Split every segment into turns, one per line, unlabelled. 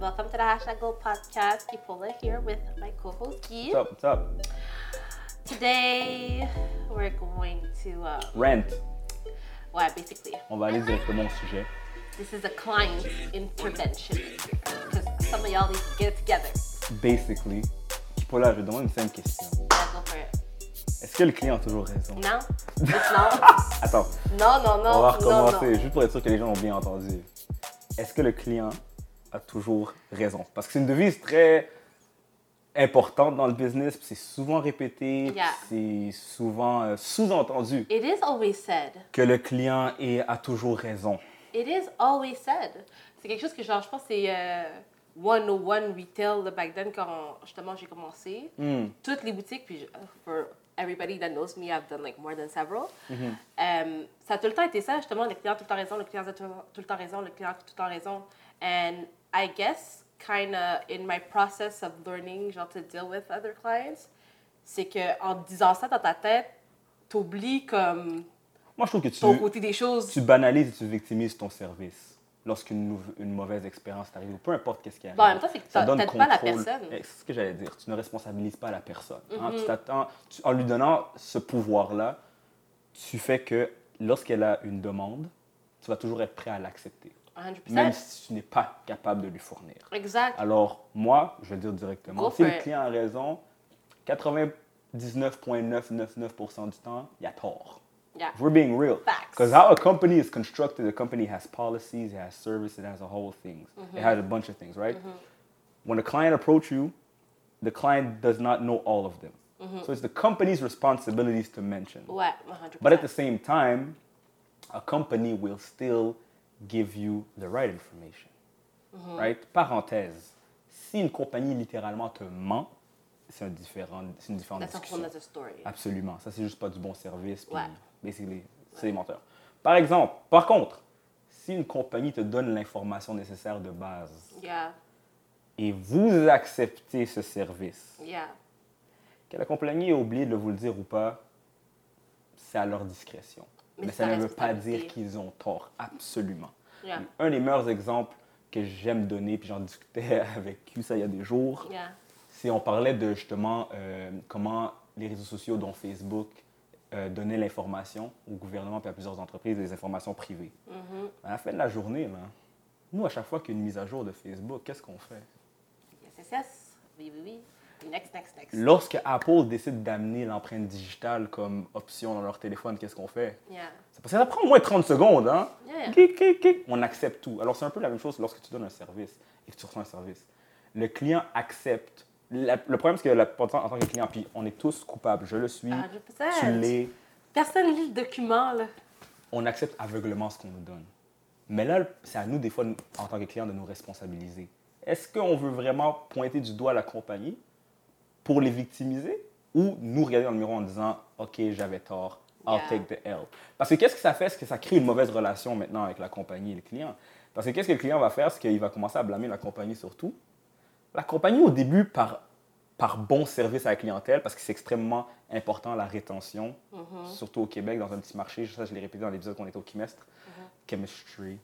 Welcome to the Hashtag Gold Podcast. Kipola here with my co-host Guy.
What's up? What's up?
Today, we're going to, um,
Rent.
well, basically,
On va aller directement au sujet.
this is a client intervention because some of y'all need to get it together.
Basically, Paula, je vais te demander une simple question.
Yeah, go for it.
Est-ce que le client a toujours raison
No, it's not.
Attends,
No, no, no,
on
no,
va recommencer,
no.
juste pour être sûr que les gens ont bien entendu. Est-ce que le client a toujours raison Parce que c'est une devise très importante dans le business, puis c'est souvent répété, puis
Yeah.
c'est souvent euh, sous-entendu
It is always said.
que le client est- a toujours raison.
It is always said. C'est quelque chose que genre, je pense que c'est euh, 101 retail de back then quand justement j'ai commencé.
Hmm.
Toutes les boutiques, puis je- for everybody that knows me, I've done like more than several.
Mm-hmm.
Um, ça a tout le temps été ça, justement, le client a tout le temps raison, le client a tout, tout le temps raison, le client a tout le temps raison. And I guess, kind of in my process of learning, genre to deal with other clients, c'est que en disant ça dans ta tête, t'oublies comme
Moi, je trouve que tu,
ton côté des choses.
tu banalises et tu victimises ton service lorsqu'une nou- une mauvaise expérience t'arrive, ou peu importe qu'est-ce qui arrive.
Bon, en même temps, c'est que
Ça
t'a-
donne
t'aides pas la
contrôle.
personne. Mm-hmm.
Eh, C'est ce que j'allais dire. Tu ne responsabilises pas la personne. hein. Tu t'attends- tu- en lui donnant ce pouvoir-là, tu fais que lorsqu'elle a une demande, tu vas toujours être prêt à l'accepter,
100%.
même si tu n'es pas capable de lui fournir.
Exact.
Alors, moi, je vais dire
Go
directement, si
for
le
it.
client a raison, 99.999% du temps, il a tort.
Yeah.
If we're being real.
Facts.
Because how a company is constructed, a company has policies, it has services, it has a whole things.
Mm-hmm.
It has a bunch of things, right? When a client approach you, the client does not know all of them.
Mm-hmm.
So it's the company's responsibilities to mention.
Ouais, 100%.
But at the same time, a company will still give you the right information.
Mm-hmm.
Right? Parenthèse. Si une compagnie littéralement te ment, c'est un différent, c'est une différente
That's a
discussion.
whole other story.
Absolument. Ça, c'est juste pas du bon service. Puis,
Ouais.
basically, c'est des menteurs. Par exemple, par contre, si une compagnie te donne l'information nécessaire de base
Yeah,
et vous acceptez ce service,
yeah.
que la compagnie ait oublié de vous le dire ou pas, c'est à leur discrétion.
Mais
Mais,
c'est
ça
ta
ne veut pas
responsabilité.
dire qu'ils ont tort, absolument.
Yeah.
Un des meilleurs exemples que j'aime donner, puis j'en discutais avec lui ça il y a des jours,
Yeah.
c'est on parlait de justement euh, comment les réseaux sociaux, dont Facebook, euh, donnaient l'information au gouvernement et à plusieurs entreprises, des informations privées. À la fin de la journée, là, nous, à chaque fois qu'il y a une mise à jour de Facebook, qu'est-ce qu'on fait?
Yes, yes, yes. Oui, oui, oui. Next, next, next.
Lorsque Apple décide d'amener l'empreinte digitale comme option dans leur téléphone, qu'est-ce qu'on fait?
Yeah.
C'est parce que ça prend au moins 30 secondes, hein?
Yeah.
Clic, clic, clic. On accepte tout. Alors, c'est un peu la même chose lorsque tu donnes un service et que tu reçois un service. Le client accepte. La- le problème, c'est que la, en tant en tant que client, puis on est tous coupables. Je le suis,
100%.
tu l'es.
Personne lit le document, là.
On accepte aveuglement ce qu'on nous donne. Mais là, c'est à nous, des fois, nous- en tant que client, de nous responsabiliser. Est-ce qu'on veut vraiment pointer du doigt la compagnie pour les victimiser ou nous regarder dans le miroir en disant OK, j'avais tort, I'll
Yeah.
take the L. Parce que qu'est-ce que ça fait C'est que ça crée une mauvaise relation maintenant avec la compagnie et le client. Parce que qu'est-ce que le client va faire C'est qu'il va commencer à blâmer la compagnie surtout. La compagnie, au début, par, par bon service à la clientèle, parce que c'est extrêmement important la rétention, surtout au Québec, dans un petit marché. Ça, je l'ai répété dans l'épisode qu'on était au chimestre. Chemistry.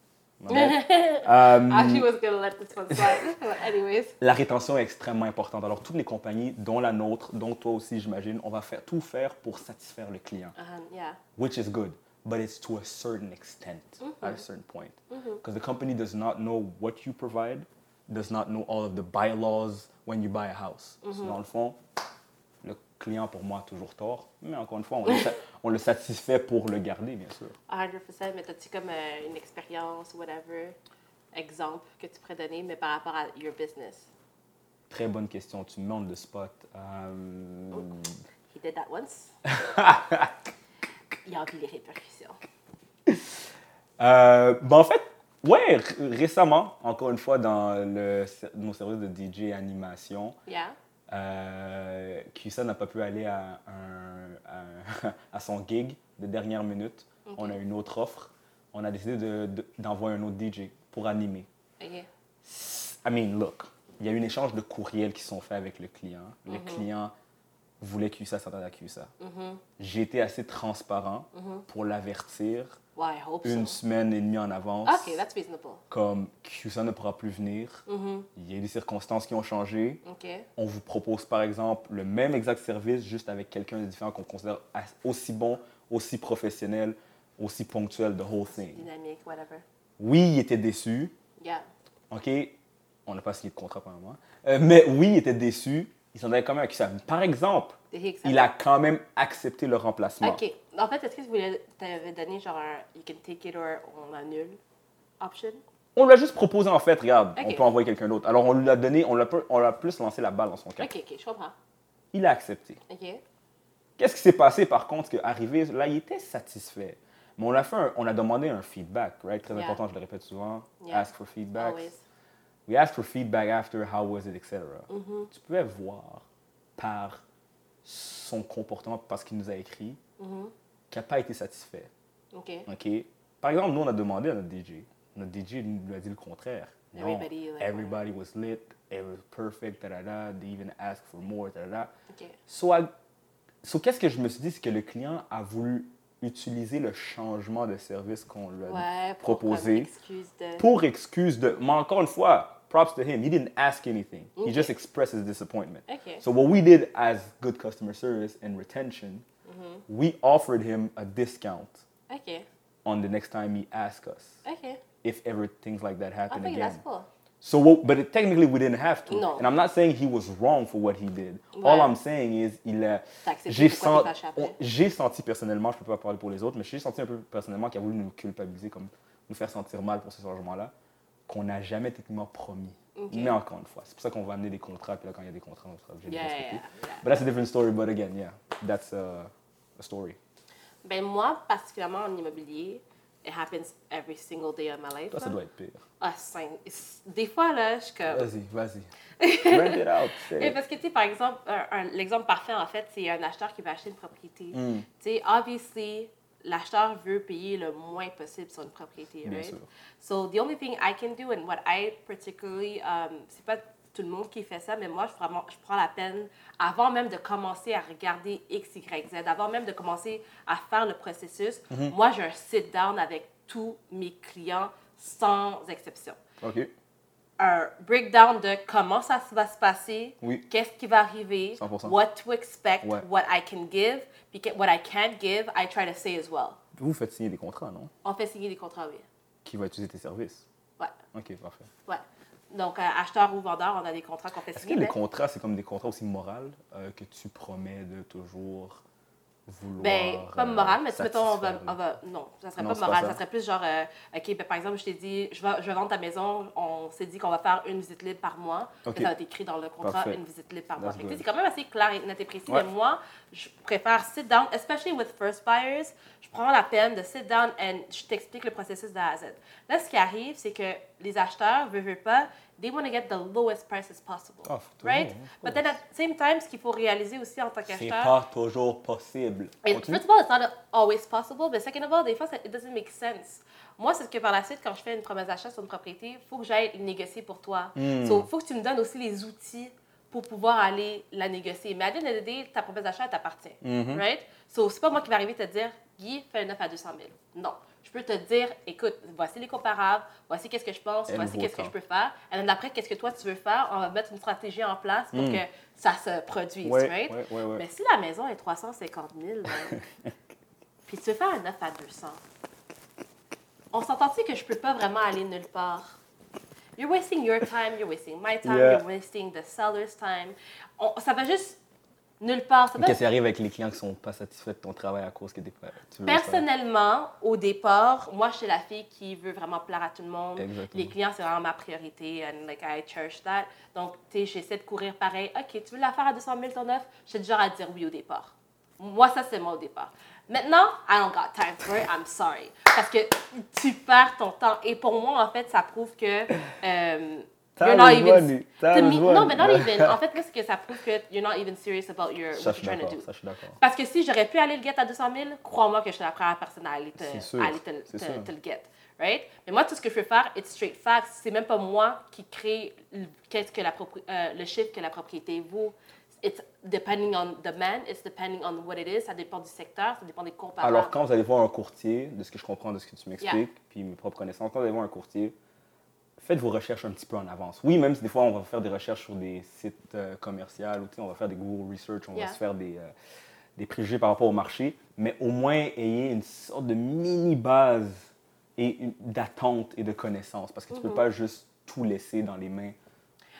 My bad. Euh,
I actually Ah, was gonna let this one slide. But anyways.
la rétention est extrêmement importante. Alors, toutes les compagnies, dont la nôtre, dont toi aussi, j'imagine, on va faire tout faire pour satisfaire le client,
Uh, yeah.
which is good, but it's to a certain extent, at a certain point. Because the company does not know what you provide, does not know all of the bylaws when you buy a house. So, dans le fond, le client, pour moi, a toujours tort, mais encore une fois, on le, sa- on le satisfait pour le garder, bien sûr.
100%. Mais t'as-tu comme euh, une expérience, whatever, exemple que tu pourrais donner, mais par rapport à your business?
Très bonne question, tu me mets on the spot. Euh,
He did that once. Il a envie les répercussions.
Euh, ben, en fait, ouais, r- récemment, encore une fois, dans le, ser- mon service de DJ animation,
Yeah.
euh, Kusa n'a pas pu aller à, un- à un- à son gig de dernière minute. On a une autre offre. On a décidé de- de- d'envoyer un autre DJ pour animer.
OK.
I mean, look, il y a eu un échange de courriels qui sont faits avec le client. Le client
Mm-hmm.
voulait QSA, s'entendait à QSA. J'ai été assez transparent pour l'avertir
Well, I hope
une
so.
semaine et demie en avance.
Okay, that's reasonable. Mm-hmm.
Comme QSA ne pourra plus venir,
Mhm.
il y a eu des circonstances qui ont changé.
Okay.
On vous propose par exemple le même exact service, juste avec quelqu'un de différent qu'on considère as- aussi bon, aussi professionnel, aussi ponctuel, the whole thing.
Dynamique, whatever.
Oui, il était déçu.
Yeah.
OK, on n'a pas signé de contrat pour le moment. Euh, mais oui, il était déçu. Il s'en allait quand même à QSAM. Par exemple,
Did he accept?
il a quand même accepté le remplacement.
Ah OK. En fait, est-ce que tu voulais, t'avais donné genre un you can take it or on annule option?
On l'a juste proposé en fait, regarde,
Ok.
on peut envoyer quelqu'un d'autre. Alors on lui a donné, on l'a peu- on l'a plus lancé la balle dans son camp.
OK, OK, je comprends.
Il a accepté.
OK.
Qu'est-ce qui s'est passé par contre que arrivé là, il était satisfait. Mais on a fait un- on a demandé un feedback, right? Très
Yeah.
important, je le répète souvent.
Yeah.
Ask for feedback.
Always.
We asked for feedback after how was it, etc.
Mm-hmm.
Tu pouvais voir par son comportement, parce qu'il nous a écrit,
Mm-hmm.
qu'il n'a pas été satisfait.
OK.
OK? Par exemple, nous, on a demandé à notre DJ. Notre DJ nous a dit le contraire. Non,
Everybody, like, uh-huh.
everybody was lit, it was perfect, da, da, da, they even asked for more, da, da, da.
OK.
Soit, so, qu'est-ce que je me suis dit, c'est que le client a voulu utiliser le changement de service qu'on lui a
Ouais, pour comme
proposé
excuse de...
pour excuse de. Mais encore une fois, props to him. He didn't ask anything. He
Okay.
just expressed his disappointment.
Okay.
So what we did as good customer service and retention,
Mm-hmm.
we offered him a discount
OK.
on the next time he asked us
OK.
if ever things like that
I
happen
think that's
again.
cool.
So, what, but it, technically, we didn't have to.
No.
And I'm not saying he was wrong for what he did. All
Ouais.
I'm saying is, il a.
T'as accepté
J'ai
c'est quoi
sen-
qui t'a échappé.
on- j'ai senti personnellement, je peux pas parler pour les autres, mais j'ai senti un peu personnellement qu'il a voulu nous culpabiliser, comme nous faire sentir mal pour ce changement-là, qu'on n'a jamais techniquement promis. Mais encore une fois, c'est pour ça qu'on va amener des contrats, puis là, quand il y a des contrats, on sera obligé de
Yeah,
les respecter.
yeah, yeah.
But that's a different story, but again, yeah, that's a, a story.
Ben moi, particulièrement en immobilier, it happens every single day of my life.
Toi, ça
là.
doit être pire.
Ah, cinq. Des fois, là, je suis comme...
Vas-y, vas-y. Rent it out.
Oui,
c'est-
Eh, parce que, tu sais, par exemple, un- un- l'exemple parfait, en fait, c'est un acheteur qui veut acheter une propriété.
Mm.
Tu sais, obviously, l'acheteur veut payer le moins possible sur une propriété,
Bien
right?
sûr.
So, the only thing I can do and what I particularly, um, c'est pas tout le monde qui fait ça, mais moi, je, vraiment, je prends la peine, avant même de commencer à regarder X, Y, Z, avant même de commencer à faire le processus,
Mm-hmm.
moi, j'ai un sit-down avec tous mes clients, sans exception
OK.
un breakdown de comment ça va se passer,
Oui.
qu'est-ce qui va arriver,
100%.
what to expect,
Ouais.
what I can give, puis que- what I can't give, I try to say as well.
Vous faites signer des contrats, non?
On fait signer des contrats, oui.
Qui va utiliser tes services.
Ouais,
OK, parfait.
ouais. Donc, euh, acheteur ou vendeur, on a des contrats qu'on fait
Est-ce que
signer.
les
mais-
contrats, c'est comme des contrats aussi moraux euh, que tu promets de toujours vouloir.
Ben, pas
euh,
moral, mais tu mettons, on va,
satisfaire,
on va- Non, ça serait
Non,
pas
c'est pas
moral.
ça.
Ça. serait plus genre, euh, OK, ben, par exemple, je t'ai dit, je vais, je vais vendre ta maison, on s'est dit qu'on va faire une visite libre par mois.
OK.
Ça va être écrit dans le contrat,
Parfait.
une visite libre par
That's
mois. Fait que, tu sais,
good.
C'est quand même assez clair et net et précis.
Ouais.
Mais moi, je préfère sit down, especially with first buyers, je prends la peine de sit down and je t'explique le processus de A à Z. Là, ce qui arrive, c'est que les acheteurs, veulent, veulent pas, they want to get the lowest prices possible.
Ah, faut toujours,
right?
of
But then at the same time, ce qu'il faut réaliser aussi en tant
C'est
qu'acheteur,
pas toujours possible.
et
Ok?
First of all, it's not always possible, but second of all, des fois, ça, it doesn't make sense. Moi, c'est ce que par la suite, quand je fais une promesse d'achat sur une propriété, il faut que j'aille négocier pour toi.
Hmm.
Il faut que tu me donnes aussi les outils pour pouvoir aller la négocier. Mais à l'année de day, ta promesse d'achat elle t'appartient.
Mm-hmm.
Right? So, c'est pas moi qui vais arriver te dire, Guy, fais un 9 à 200 000. Non. Je peux te dire, écoute, voici les comparables, voici qu'est-ce que je pense,
Elle
voici
vaut
qu'est-ce que
tant.
je peux faire. Et then après, qu'est-ce que toi tu veux faire? On va mettre une stratégie en place pour
Hmm.
que ça se produise.
Ouais,
right?
ouais, ouais, ouais.
Mais si la maison est 350 000, là, ben, puis tu veux faire un 9 à 200, on s'entend-tu que je peux pas vraiment aller nulle part? You're wasting your time, you're wasting my time,
Yeah.
you're wasting the seller's time. On- ça va juste nulle part. Ça va-
Qu'est-ce qui arrive avec les clients qui sont pas satisfaits de ton travail à cause que t'es pas. tu veux le savoir?
Personnellement, au départ, moi, je suis la fille qui veut vraiment plaire à tout le monde.
Exactement.
Les clients, c'est vraiment ma priorité. And like, I cherish that. Donc, tu sais, j'essaie de courir pareil. OK, tu veux la faire à 200 000 ton offre? J'étais du genre à dire oui au départ. Moi, ça, c'est moi au départ. Maintenant, I don't got time for it. I'm sorry. Parce que tu perds ton temps. Et pour moi, en fait, ça prouve que. euh,
Time
you're not
is
even-
money. Time
to
is
me- Non,
money.
mais not even. En fait, là, c'est que ça prouve que you're not even serious about your,
Ça,
what
je suis
you're trying to
d'accord.
do.
Ça, je suis d'accord.
Parce que si j'aurais pu aller le get à 200 000, crois-moi que je suis la première personne à aller te,
C'est sûr,
à aller te,
c'est
te-
sûr.
te le get. Right? Mais moi, tout ce que je peux faire, it's straight facts. C'est même pas moi qui crée le, qu'est-ce que la propri- euh, le chiffre que la propriété vaut. it's depending on the man, it's depending on what it is, ça dépend du secteur, ça dépend des comparables.
Alors, quand vous allez voir un courtier, de ce que je comprends, de ce que tu m'expliques, puis mes propres connaissances, quand vous allez voir un courtier, faites vos recherches un petit peu en avance. Oui, même si des fois, on va faire des recherches sur des sites euh, commerciaux, ou tu sais, on va faire des Google Research, on
Yeah.
va se faire des, euh, des préjugés par rapport au marché, mais au moins, ayez une sorte de mini-base et une- d'attente et de connaissances, parce que tu ne peux pas juste tout laisser dans les mains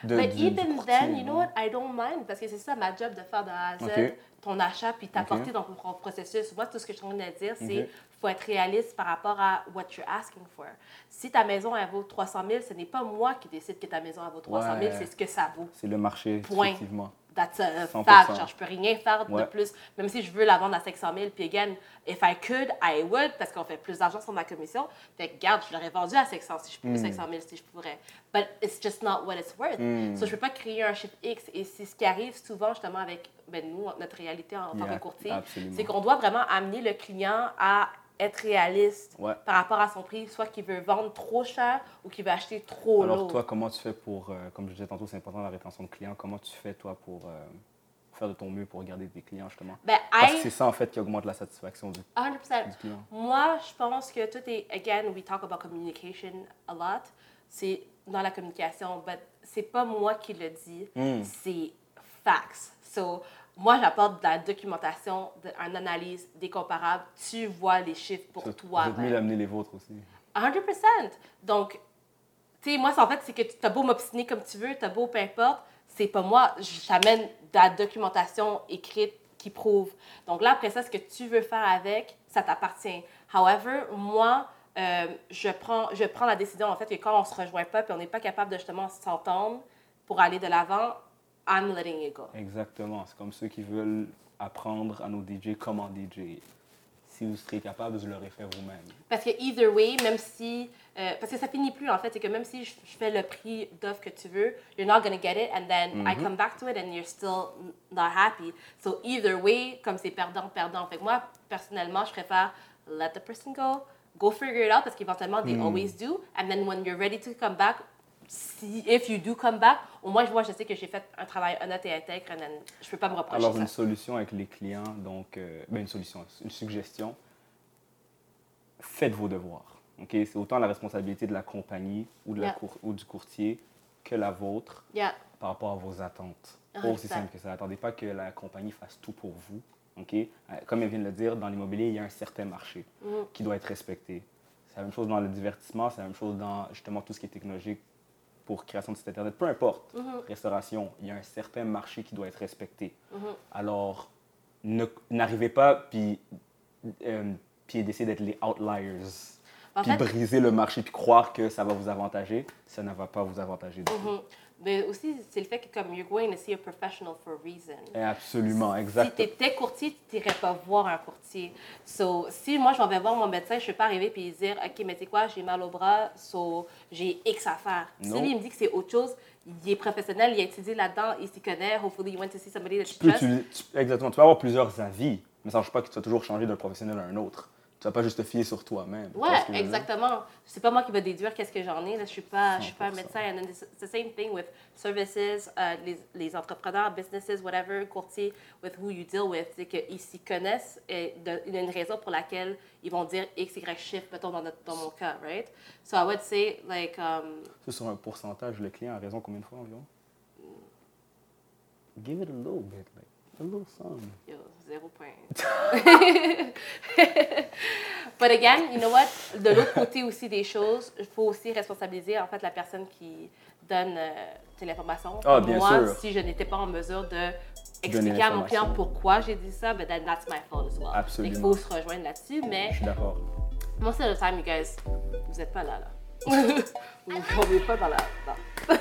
de
Mm-hmm. But
du- du
even
courtier,
then, you know
non?
what, I don't mind, parce que c'est ça ma job de faire de A à Z
Ok.
ton achat puis t'apporter
Ok. Mhm.
dans ton processus. Moi, tout ce que je suis en train de dire, c'est
Ok.
faut être réaliste par rapport à what you're asking for. Si ta maison, elle vaut 300 000, ce n'est pas moi qui décide que ta maison, elle vaut 300 000,
Ouais.
c'est ce que ça vaut.
C'est le marché,
Point.
effectivement.
That's a
100%.
fact. Genre, je peux rien faire de
Ouais.
plus. Même si je veux la vendre à 500 000, puis again, if I could, I would, parce qu'on fait plus d'argent sur ma commission. Fait que, garde, je l'aurais vendu à 500 si je pouvais,
Hmm.
500 000 si je pourrais. But it's just not what it's worth.
Hmm.
So, je peux pas créer un chiffre X. Et c'est ce qui arrive souvent, justement, avec ben, nous, notre réalité en tant
Yeah,
que courtier.
absolument.
C'est qu'on doit vraiment amener le client à être réaliste
Ouais.
par rapport à son prix, soit qu'il veut vendre trop cher ou qu'il veut acheter trop
Alors
lourd.
toi, comment tu fais pour, euh, comme je disais tantôt, c'est important la rétention de clients, comment tu fais toi pour euh, faire de ton mieux pour garder tes clients justement
Ben,
Parce
I-
que c'est ça en fait qui augmente la satisfaction du...
100%.
Du client.
Ah, Moi, je pense que tout est, again, we talk about communication a lot. C'est dans la communication, but c'est pas moi qui le dis, c'est facts. So, moi, j'apporte de la documentation, de, une analyse, des comparables. Tu vois les chiffres pour
Vous
toi. ben.
êtes mieux d'amener les vôtres aussi.
100%. Donc, tu sais, moi, c'est- en fait, c'est que tu as beau m'obstiner comme tu veux, tu as beau peu importe, c'est pas moi. J'amène de la documentation écrite qui prouve. Donc là, après ça, ce que tu veux faire avec, ça t'appartient. However, moi, euh, je, prends, je prends la décision, en fait, que quand on se rejoint pas et on n'est pas capable de justement s'entendre pour aller de l'avant, I'm letting it go.
Exactement, c'est comme ceux qui veulent apprendre à nos DJ comment DJ. Si vous serez capable, vous l'aurez fait vous-même.
Parce que either way, même si... euh, parce que ça finit plus, en fait. C'est que même si je, je fais le prix d'offre que tu veux, you're not gonna get it, and then I
Mhm.
come back to it, and you're still not happy. So either way, comme c'est perdant-perdant. Fait que moi, personnellement, je préfère let the person go, go figure it out, parce qu'éventuellement,
Hmm.
they always do. And then when you're ready to come back, si, if you do come back, au moins, je vois, je sais que j'ai fait un travail honnête et intègre, and then je peux pas me reprocher
Alors
ça.
une solution avec les clients, donc euh, ben, une solution, une suggestion, faites vos devoirs. ok C'est autant la responsabilité de la compagnie ou, de la
Yeah.
cour- ou du courtier que la vôtre.
Yeah.
par rapport à vos attentes.
Ah,
Pas aussi
exact.
simple que ça. Attendez pas que la compagnie fasse tout pour vous. ok Euh, Comme elle vient de le dire, dans l'immobilier, il y a un certain marché
Mm.
qui doit être respecté. C'est la même chose dans le divertissement, c'est la même chose dans justement tout ce qui est technologique pour création de site Internet. Peu importe,
Mm-hmm.
restauration, il y a un certain marché qui doit être respecté.
Mm-hmm.
Alors, ne- n'arrivez pas puis, euh, puis essayer d'être les outliers.
En
puis
fait-
briser le marché, puis croire que ça va vous avantager, ça ne va pas vous avantager du tout.
Mhm. Mais aussi, c'est le fait que comme you're going to see a professional for a reason.
Eh, Absolument,
Si
exact.
tu étais courtier, tu n'irais pas voir un courtier. So, si moi, je m'en vais voir mon médecin, je ne suis pas arrivée et dire OK, mais tu sais quoi, j'ai mal au bras, so, j'ai X à faire. Si
Non.
lui, il me dit que c'est autre chose, il est professionnel, il a étudié là-dedans, il s'y connaît. Hopefully, you went to see somebody that you
Tu peux,
trust.
utiliser- tu- exactement, tu peux avoir plusieurs avis, mais ça ne change pas que tu vas toujours changer d'un professionnel à un autre. Tu ne vas pas juste te fier sur toi-même. Tu vois ce que
Ouais,
je veux dire?
exactement. C'est pas moi qui va déduire qu'est-ce que j'en ai. Là. Je suis pas, je suis pas un
100%.
médecin. And then it's the same thing with services, euh, les, les entrepreneurs, businesses, whatever, courtiers, with who you deal with, c'est qu'ils s'y connaissent et de- il y a une raison pour laquelle ils vont dire X, Y chiffre, mettons dans, notre, dans mon cas, right? So I would say, like, um,
Ça, sur un pourcentage, le client a raison combien de fois environ Give it a little bit, like, a little sum.
Yo, zéro point. But again, you know what? De l'autre côté aussi des choses, il faut aussi responsabiliser en fait la personne qui donne euh, tu sais, l'information.
Ah, bien
Moi,
sûr.
si je n'étais pas en mesure de
Donner
expliquer à mon
l'information.
client pourquoi j'ai dit ça, but then that's my fault as well.
Absolument.
Il faut se rejoindre là-dessus, mais
Je suis d'accord.
most of the time, you guys, vous n'êtes pas là, là. vous ne tombez pas dans la... Dans. And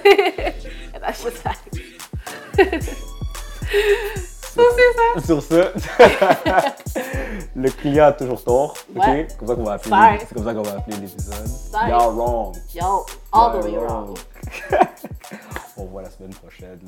that's just that. So, c'est ça.
Sur ce, le client a toujours tort. ok?
Ouais.
C'est comme ça qu'on va
Sorry.
appeler. C'est comme ça qu'on va appeler l'épisode.
Sorry.
Y'all wrong.
Yo, all the way
Y'all
around.
On voit la semaine prochaine.